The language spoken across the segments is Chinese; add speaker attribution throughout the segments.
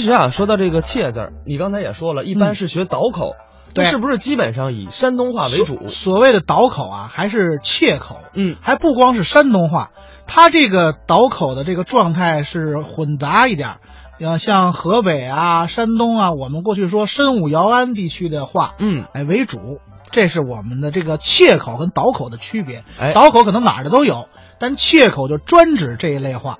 Speaker 1: 其实啊，说到这个“切”字儿，你刚才也说了，一般是学倒口，
Speaker 2: 对
Speaker 1: 那是不是基本上以山东话为主？
Speaker 2: 所谓的倒口啊，还是切口，
Speaker 1: 嗯，
Speaker 2: 还不光是山东话，它这个倒口的这个状态是混杂一点儿。呃，像河北啊、山东啊，我们过去说深武姚安地区的话，
Speaker 1: 嗯，
Speaker 2: 哎为主，这是我们的这个切口跟倒口的区别。
Speaker 1: 哎
Speaker 2: 倒口可能哪儿的都有，但切口就专指这一类话。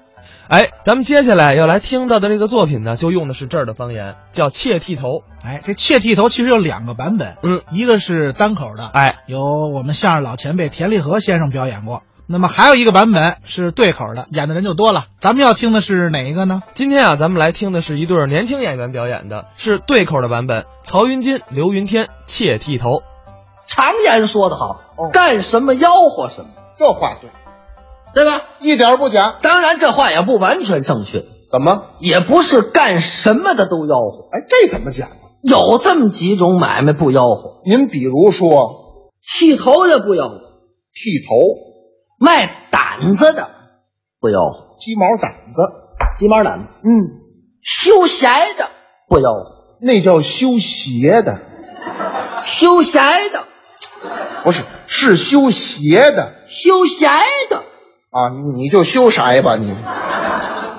Speaker 1: 哎，咱们接下来要来听到的这个作品呢，就用的是这儿的方言，叫“切剃头
Speaker 2: 哎，这切剃头其实有两个版本，
Speaker 1: 嗯，
Speaker 2: 一个是单口的”。，
Speaker 1: 哎，
Speaker 2: 由我们相声老前辈田立和先生表演过。那么还有一个版本是对口的，演的人就多了。咱们要听的是哪一个呢？
Speaker 1: 今天啊，咱们来听的是一对儿年轻演员表演的，是对口的版本，曹云金、刘云天“切剃头
Speaker 3: 常言说得好，干什么吆喝什么，
Speaker 4: 这话对，
Speaker 3: 对吧？
Speaker 4: 一点儿不假。
Speaker 3: 当然，这话也不完全正确，
Speaker 4: 怎么？
Speaker 3: 也不是干什么的都吆喝，
Speaker 4: 哎，这怎么讲啊？
Speaker 3: 有这么几种买卖不吆喝：
Speaker 4: 您比如说
Speaker 3: 剃头的不吆喝，
Speaker 4: 剃头、
Speaker 3: 卖胆子的不吆喝，
Speaker 4: 鸡毛掸子，
Speaker 3: 鸡毛掸子；
Speaker 4: 嗯，
Speaker 3: 修鞋的不吆喝，
Speaker 4: 那叫修鞋的，
Speaker 3: 修鞋的，
Speaker 4: 不是是修鞋的
Speaker 3: 修鞋的，
Speaker 4: 啊！你就修啥吧你？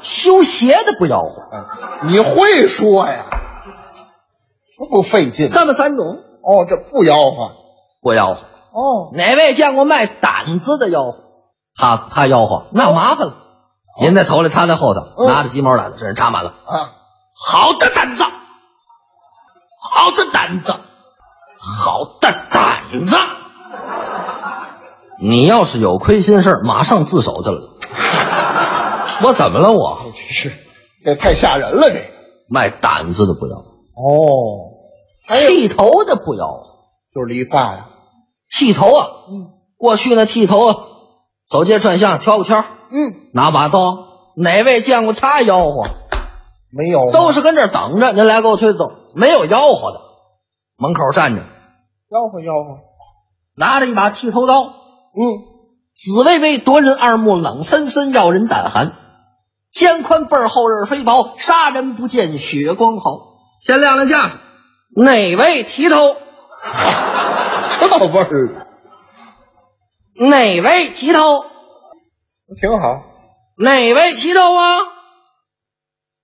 Speaker 3: 修鞋的不吆喝，
Speaker 4: 啊，你会说呀？这不费劲
Speaker 3: 这么三种
Speaker 4: 哦，这不吆喝
Speaker 3: 不吆喝。
Speaker 4: 哦，
Speaker 3: 哪位见过卖胆子的吆喝？他他吆喝，那麻烦了。您在头里，他在后头，
Speaker 4: 嗯
Speaker 3: 拿着鸡毛掸子，这人插满了。
Speaker 4: 啊，
Speaker 3: 好的胆子，好的胆子，好的胆子。你要是有亏心事儿马上自首去 了。我怎么了？我
Speaker 4: 这是这太吓人了，这个
Speaker 3: 卖胆子的不要，哎
Speaker 4: 哦，
Speaker 3: 剃头的不要，
Speaker 4: 就是理发呀，
Speaker 3: 剃头啊。
Speaker 4: 嗯
Speaker 3: 过去那剃头啊，走街串巷挑个挑儿，
Speaker 4: 嗯，
Speaker 3: 拿把刀，哪位见过他吆喝？
Speaker 4: 没有吗，
Speaker 3: 都是跟这儿等着，您来给我推走，没有吆喝的，门口站着，
Speaker 4: 吆喝吆喝，
Speaker 3: 拿着一把剃头刀，
Speaker 4: 嗯，
Speaker 3: 紫薇薇夺人二目，冷森森绕人胆寒，肩宽背儿厚刃飞薄，杀人不见血光毫。先亮亮架，哪位提头？
Speaker 4: 这味儿
Speaker 3: 哪位提头？
Speaker 4: 挺好，
Speaker 3: 哪位提头啊？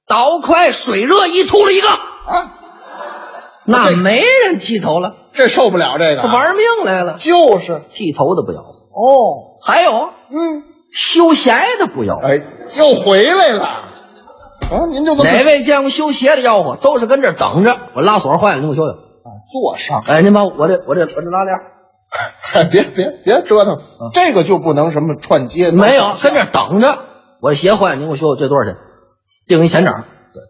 Speaker 3: 倒快水热一秃了一个，
Speaker 4: 啊，
Speaker 3: 那
Speaker 4: 这
Speaker 3: 没人剃头了，
Speaker 4: 这受不了这个啊，
Speaker 3: 玩命来了，
Speaker 4: 就是
Speaker 3: 剃头的不要，
Speaker 4: 哦，
Speaker 3: 还有
Speaker 4: 嗯，
Speaker 3: 修鞋的不要。
Speaker 4: 哎，又回来了啊！您就这么
Speaker 3: 哪位见过修鞋的吆喝？都是跟这儿等着，我拉锁坏了，你给我修修。
Speaker 4: 啊坐上？
Speaker 3: 哎，您把我这我这我这拉链儿
Speaker 4: 别别别折腾，这个就不能什么串街，
Speaker 3: 嗯没有，跟这儿等着，我这鞋坏了，您给我修修，这多少钱？定一钱整，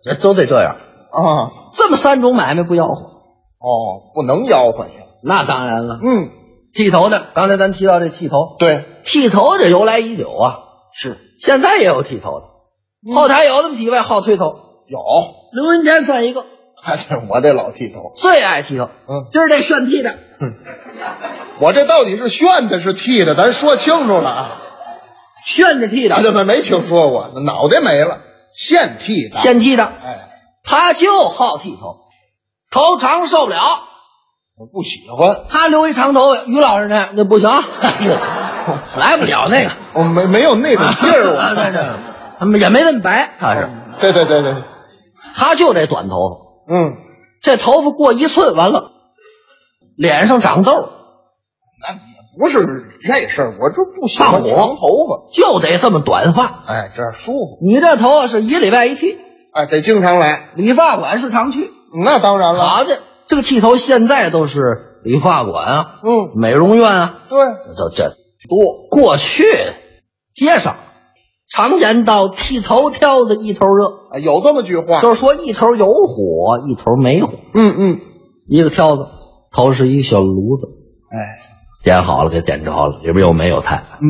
Speaker 3: 这都得这样。
Speaker 4: 啊，
Speaker 3: 这么三种买卖不吆喝，
Speaker 4: 哦，不能吆喝呀。
Speaker 3: 那当然了。
Speaker 4: 嗯，
Speaker 3: 剃头的，刚才咱提到这剃头，
Speaker 4: 对，
Speaker 3: 剃头这由来已久啊，
Speaker 4: 是
Speaker 3: 现在也有剃头的，
Speaker 4: 嗯
Speaker 3: 后台有这么几位好推头，
Speaker 4: 有，
Speaker 3: 刘云天算一个，
Speaker 4: 哎，这我这老剃头，
Speaker 3: 最爱剃头。
Speaker 4: 嗯，
Speaker 3: 今儿这炫剃的，
Speaker 4: 我这到底是炫的，是剃的，咱说清楚了啊！
Speaker 3: 炫着剃的
Speaker 4: 大，家们没听说过，脑袋没了，现剃的，
Speaker 3: 现剃的。
Speaker 4: 哎，
Speaker 3: 他就好剃头，头长受不了。
Speaker 4: 我不喜欢，
Speaker 3: 他留一长头发，于老师那那不行，啊 来不了那个
Speaker 4: 我没没有那种劲儿，
Speaker 3: 啊
Speaker 4: 啊
Speaker 3: 对
Speaker 4: 我。
Speaker 3: 对对，也没那么白，他是
Speaker 4: 对对对对，
Speaker 3: 他就这短头发，
Speaker 4: 嗯。
Speaker 3: 这头发过一寸完了，脸上长痘，
Speaker 4: 那也不是这事儿，我就不喜
Speaker 3: 上
Speaker 4: 欢
Speaker 3: 火
Speaker 4: 长头发。
Speaker 3: 就得这么短发。
Speaker 4: 哎，这样舒服。
Speaker 3: 你这头发是一礼拜一剃，
Speaker 4: 哎，得经常来。
Speaker 3: 理发馆是常去。
Speaker 4: 那当然了。
Speaker 3: 好的，这个剃头现在都是理发馆啊、
Speaker 4: 嗯，
Speaker 3: 美容院啊，
Speaker 4: 对，
Speaker 3: 都这
Speaker 4: 多
Speaker 3: 过去街上常言道：“剃头挑子一头热
Speaker 4: 哎有这么句”，话。
Speaker 3: 就是说一头有火，一头没火。
Speaker 4: 嗯嗯，
Speaker 3: 一个挑子头是一个小炉子，
Speaker 4: 哎，
Speaker 3: 点好了给点着了，里边又没有炭，
Speaker 4: 嗯，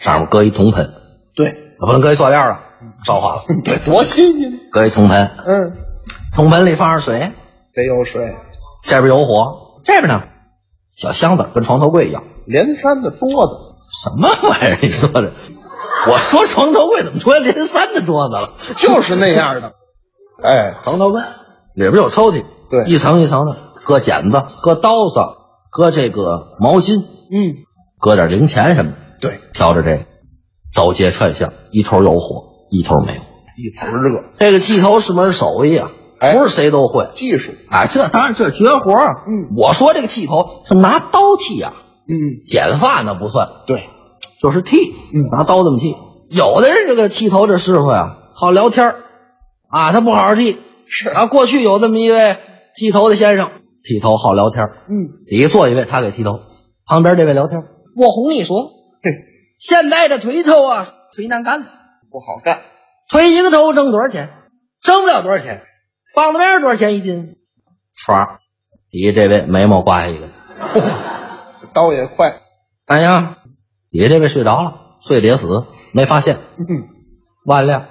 Speaker 3: 上面搁一铜盆，
Speaker 4: 对，嗯
Speaker 3: 不能搁一塑料了，烧化了。
Speaker 4: 这多新鲜。
Speaker 3: 搁一铜盆，
Speaker 4: 嗯，
Speaker 3: 铜盆里放上水，
Speaker 4: 得有水，
Speaker 3: 这边有火，这边呢小箱子跟床头柜一样。
Speaker 4: 连山的桌子，
Speaker 3: 什么玩意儿？你说 的？我说床头柜怎么出来连三的桌子了？
Speaker 4: 就是那样的。 哎，
Speaker 3: 防盗柜里边有抽屉，
Speaker 4: 对
Speaker 3: 一层一层的，搁剪子，搁刀子，搁这个毛巾，
Speaker 4: 嗯，
Speaker 3: 搁点零钱什么的，
Speaker 4: 对，
Speaker 3: 挑着这个走街串巷，一头有火，一头没火。
Speaker 4: 一头热，
Speaker 3: 这个剃头是门手艺啊，
Speaker 4: 哎
Speaker 3: 不是谁都会。
Speaker 4: 技术，
Speaker 3: 啊，这当然这绝活儿啊
Speaker 4: 嗯，
Speaker 3: 我说这个剃头是拿刀剃啊，
Speaker 4: 嗯，
Speaker 3: 剪发那不算，
Speaker 4: 对，
Speaker 3: 就是剃，
Speaker 4: 嗯
Speaker 3: 拿刀这么剃。有的人这个剃头这师傅呀，好聊天儿啊，他不好好剃。
Speaker 4: 是
Speaker 3: 啊，过去有这么一位剃头的先生，剃头好聊天儿
Speaker 4: 嗯，
Speaker 3: 底下坐一位，他给剃头，旁边这位聊天儿我哄你说，
Speaker 4: 嘿，
Speaker 3: 现在这推头啊，忒难干了，
Speaker 4: 不好干，
Speaker 3: 推一个头挣多少钱？挣不了多少钱，棒子面儿多少钱一斤？唰，底下这位眉毛刮下一个，
Speaker 4: 刀也快，
Speaker 3: 哎呀，底下这位睡着了，睡得也死，没发现，
Speaker 4: 嗯，
Speaker 3: 完了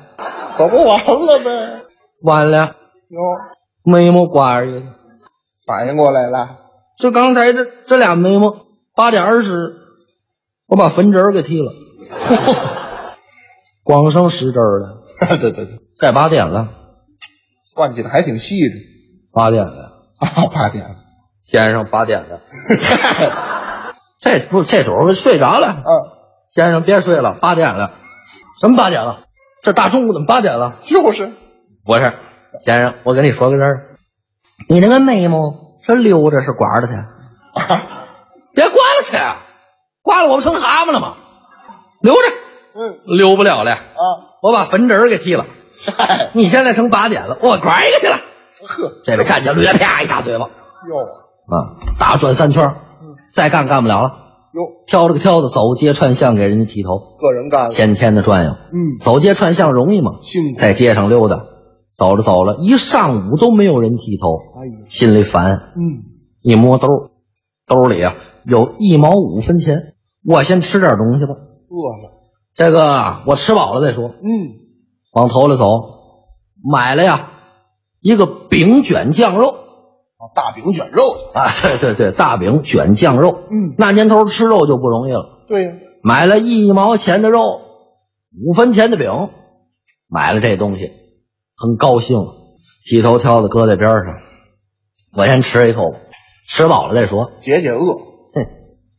Speaker 4: 可不完了呗，
Speaker 3: 完了，
Speaker 4: 哟，
Speaker 3: 眉毛刮下一个，
Speaker 4: 反应过来了，
Speaker 3: 就刚才这这俩眉毛，八点二十，我把坟侄儿给剃了，光剩十根儿了，
Speaker 4: 对对对，
Speaker 3: 该八点了，
Speaker 4: 算计的还挺细致
Speaker 3: 八点了，
Speaker 4: 啊，八点 了，
Speaker 3: 先生八点了，这不这主儿睡着了。
Speaker 4: 啊，
Speaker 3: 先生，别睡了，八点了。什么八点了？这大中午怎么八点了？
Speaker 4: 就是，
Speaker 3: 不是，先生，我跟你说个事儿。你那个眉毛是溜着是刮着去？ 别刮了去，啊刮了我不成蛤蟆了吗？留着，
Speaker 4: 嗯
Speaker 3: 留不了了。
Speaker 4: 啊，
Speaker 3: 我把坟侄儿给剃 了。
Speaker 4: 嗨，
Speaker 3: 你现在成八点了，我刮一个去了。
Speaker 4: 呵，
Speaker 3: 这位站起来，略啪一大嘴巴，
Speaker 4: 哟
Speaker 3: 啊，大转三圈，再干干不了了。
Speaker 4: 哟，
Speaker 3: 挑着个挑子走街串巷给人家剃头，
Speaker 4: 个人干了，
Speaker 3: 天天的转悠。
Speaker 4: 嗯，
Speaker 3: 走街串巷容易吗？
Speaker 4: 辛苦，
Speaker 3: 在街上溜达，走着走了，一上午都没有人剃头，
Speaker 4: 哎呀，
Speaker 3: 心里烦。
Speaker 4: 嗯，
Speaker 3: 一摸兜，兜里啊有一毛五分钱，我先吃点东西吧。
Speaker 4: 饿了，
Speaker 3: 这个我吃饱了再说。
Speaker 4: 嗯，
Speaker 3: 往头里走，买了呀一个饼卷酱肉
Speaker 4: 啊，大饼卷肉，
Speaker 3: 啊，对对对，大饼卷酱肉。
Speaker 4: 嗯，
Speaker 3: 那年头吃肉就不容易了，
Speaker 4: 对呀，
Speaker 3: 买了一毛钱的肉，五分钱的饼，买了这东西，很高兴，剃头挑子搁在边上，我先吃一口吧，吃饱了再说。
Speaker 4: 解解饿，
Speaker 3: 哼，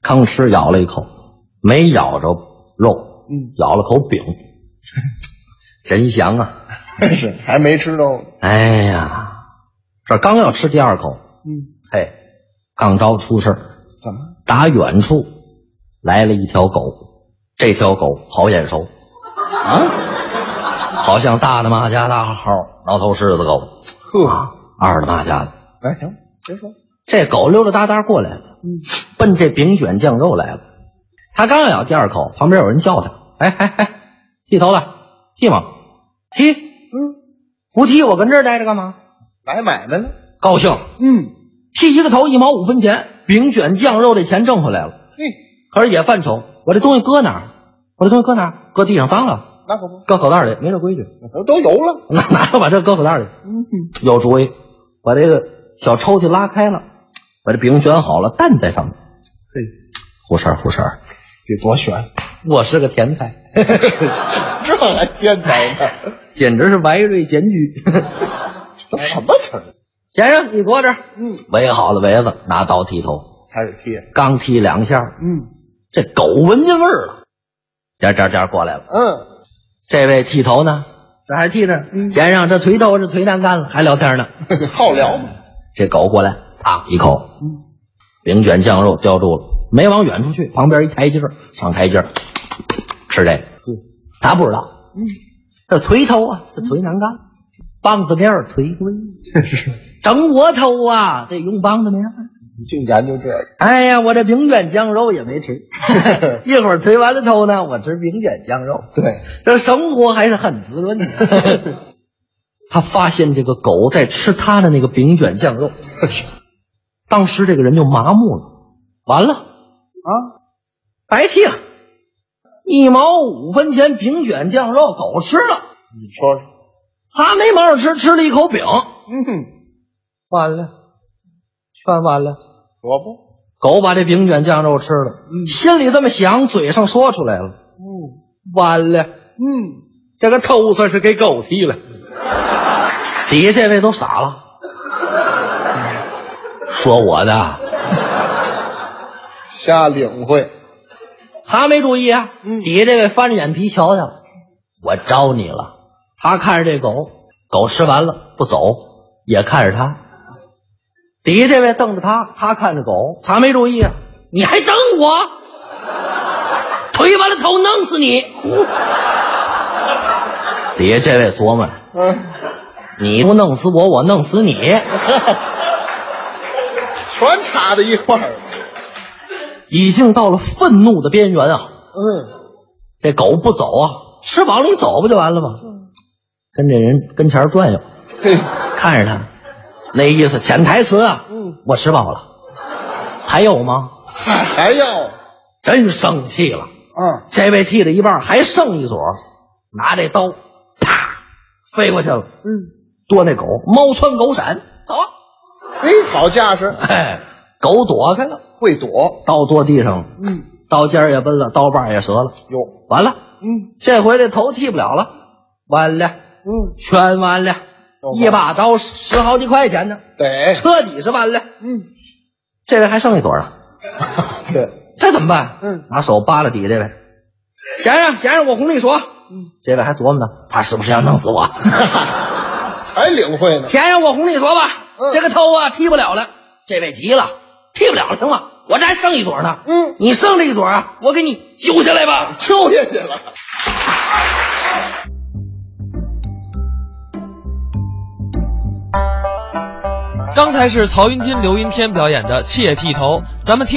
Speaker 3: 吭哧咬了一口，没咬着肉，
Speaker 4: 嗯，
Speaker 3: 咬了口 饼，真香啊！
Speaker 4: 是还没吃到，
Speaker 3: 哎呀，这刚要吃第二口，
Speaker 4: 嗯，
Speaker 3: 嘿，刚招出事儿，
Speaker 4: 怎么？
Speaker 3: 打远处来了一条狗，这条狗好眼熟。
Speaker 4: 啊，
Speaker 3: 好像大的马家大号挠头狮子狗，
Speaker 4: 呵，
Speaker 3: 二的马家的。
Speaker 4: 来行，别说，
Speaker 3: 这狗溜溜达达过来了，
Speaker 4: 嗯，
Speaker 3: 奔这饼卷酱肉来了。他刚咬第二口，旁边有人叫他：“哎哎哎，剃头的，剃吗？剃，
Speaker 4: 嗯，
Speaker 3: 不剃我跟这儿待着干嘛？”
Speaker 4: 来买卖了，
Speaker 3: 高兴，
Speaker 4: 嗯，
Speaker 3: 剃一个头一毛五分钱，饼卷酱肉这钱挣回来了。
Speaker 4: 嘿，
Speaker 3: 可是也犯愁，我这东西搁哪儿？我这东西搁哪儿？搁地上脏了，
Speaker 4: 那可不，
Speaker 3: 搁口袋里，没这 规矩。
Speaker 4: 都都油了，
Speaker 3: 哪哪有把这搁口袋里？
Speaker 4: 嗯，
Speaker 3: 有主意，把这个小抽屉拉开了，把这饼卷好了，蛋在上面。
Speaker 4: 嘿，
Speaker 3: 胡婶儿，胡婶儿，
Speaker 4: 得多悬，
Speaker 3: 我是个甜菜，
Speaker 4: 这还天才呢，
Speaker 3: 简直是歪瑞检 举。
Speaker 4: 都什么词儿？
Speaker 3: 先生，你坐这儿。
Speaker 4: 嗯，
Speaker 3: 围好了围子，拿刀剃头，
Speaker 4: 开始贴，
Speaker 3: 刚剃两下，
Speaker 4: 嗯
Speaker 3: 这狗闻见味儿了，颠颠颠过来了。
Speaker 4: 嗯，
Speaker 3: 这位剃头呢？这还剃着。
Speaker 4: 嗯
Speaker 3: 先生，这腿头是腿难干了，还聊天呢。
Speaker 4: 好聊嘛，
Speaker 3: 这狗过来，啪一口，
Speaker 4: 嗯，
Speaker 3: 饼卷酱肉叼住了，没往远处去，旁边一台阶儿上台阶儿吃这个，他不知道，
Speaker 4: 嗯，
Speaker 3: 这锤头啊，这锤难干，棒子面儿 锤归，
Speaker 4: 是，
Speaker 3: 整我头啊，得用棒子面儿。
Speaker 4: 你净研究这个，
Speaker 3: 哎呀，我这饼卷酱肉也没 吃，一会儿锤完了头呢，我吃饼卷酱肉，
Speaker 4: 对，
Speaker 3: 这生活还是很滋润的。 他发现这个狗在吃他的那个饼卷酱 肉，当时这个人就麻木了，完了。
Speaker 4: 啊，
Speaker 3: 白剃了，一毛五分钱饼卷酱肉，狗吃了，
Speaker 4: 你说说，
Speaker 3: 他没忙着吃，吃了一口饼，
Speaker 4: 嗯，
Speaker 3: 完了，全完了。
Speaker 4: 可不，
Speaker 3: 狗把这饼卷酱肉吃了，心里这么想，嘴上说出来了，
Speaker 4: 嗯
Speaker 3: 完了，
Speaker 4: 嗯，
Speaker 3: 这个头算是给狗剃了。底下这位都傻了，说我呢，
Speaker 4: 瞎领会，
Speaker 3: 他没注意啊。
Speaker 4: 嗯
Speaker 3: 底下这位翻着眼皮瞧瞧，我招你了。他看着这狗，狗吃完了不走，也看着他。底下这位瞪着他，他看着狗，他没注意啊。你还整 我？推完了头弄死你！底下这位琢磨着，
Speaker 4: 嗯，
Speaker 3: 你不弄死我，我弄死 你。
Speaker 4: 全插在一块儿了。
Speaker 3: 已经到了愤怒的边缘啊！
Speaker 4: 嗯，
Speaker 3: 这狗不走啊，吃饱了你走不就完了吗？
Speaker 4: 嗯
Speaker 3: 跟这人跟前儿转悠，
Speaker 4: 嘿，
Speaker 3: 看着他，那意思潜台词啊。
Speaker 4: 嗯，
Speaker 3: 我吃饱了，还有吗？
Speaker 4: 还还要
Speaker 3: 真生气了，
Speaker 4: 啊？
Speaker 3: 这位剃了一半，还剩一撮，拿这刀，啪，飞过去了，
Speaker 4: 嗯，
Speaker 3: 剁那狗，猫窜狗闪，走啊！
Speaker 4: 嘿，好架势，
Speaker 3: 哎， 狗躲开了，
Speaker 4: 会躲。
Speaker 3: 刀剁地上了，
Speaker 4: 嗯，
Speaker 3: 刀尖儿也崩了，刀把儿也折了，
Speaker 4: 哟，
Speaker 3: 完了。
Speaker 4: 嗯
Speaker 3: 这回这头剃不了了，完了，
Speaker 4: 嗯，
Speaker 3: 全完了，
Speaker 4: 哦
Speaker 3: 一把刀十十好几块钱呢，
Speaker 4: 得，
Speaker 3: 彻底是完了。
Speaker 4: 嗯，
Speaker 3: 这位还剩一朵啊，
Speaker 4: 对，
Speaker 3: 这怎么办？
Speaker 4: 嗯，
Speaker 3: 拿手扒拉底这位，先生，先生，我哄你说，
Speaker 4: 嗯，
Speaker 3: 这位还琢磨呢，他是不是要弄死 我？
Speaker 4: 还领会呢。
Speaker 3: 先生，我哄你说吧，
Speaker 4: 嗯
Speaker 3: 这个头啊剃不了了。这位急了，剃不了了，行吗？我这还剩一朵呢，
Speaker 4: 嗯，
Speaker 3: 你剩这一朵啊，我给你揪下来吧。
Speaker 4: 揪下去了。
Speaker 1: 刚才是曹云金、刘云天表演的《窃剃头》，咱们听。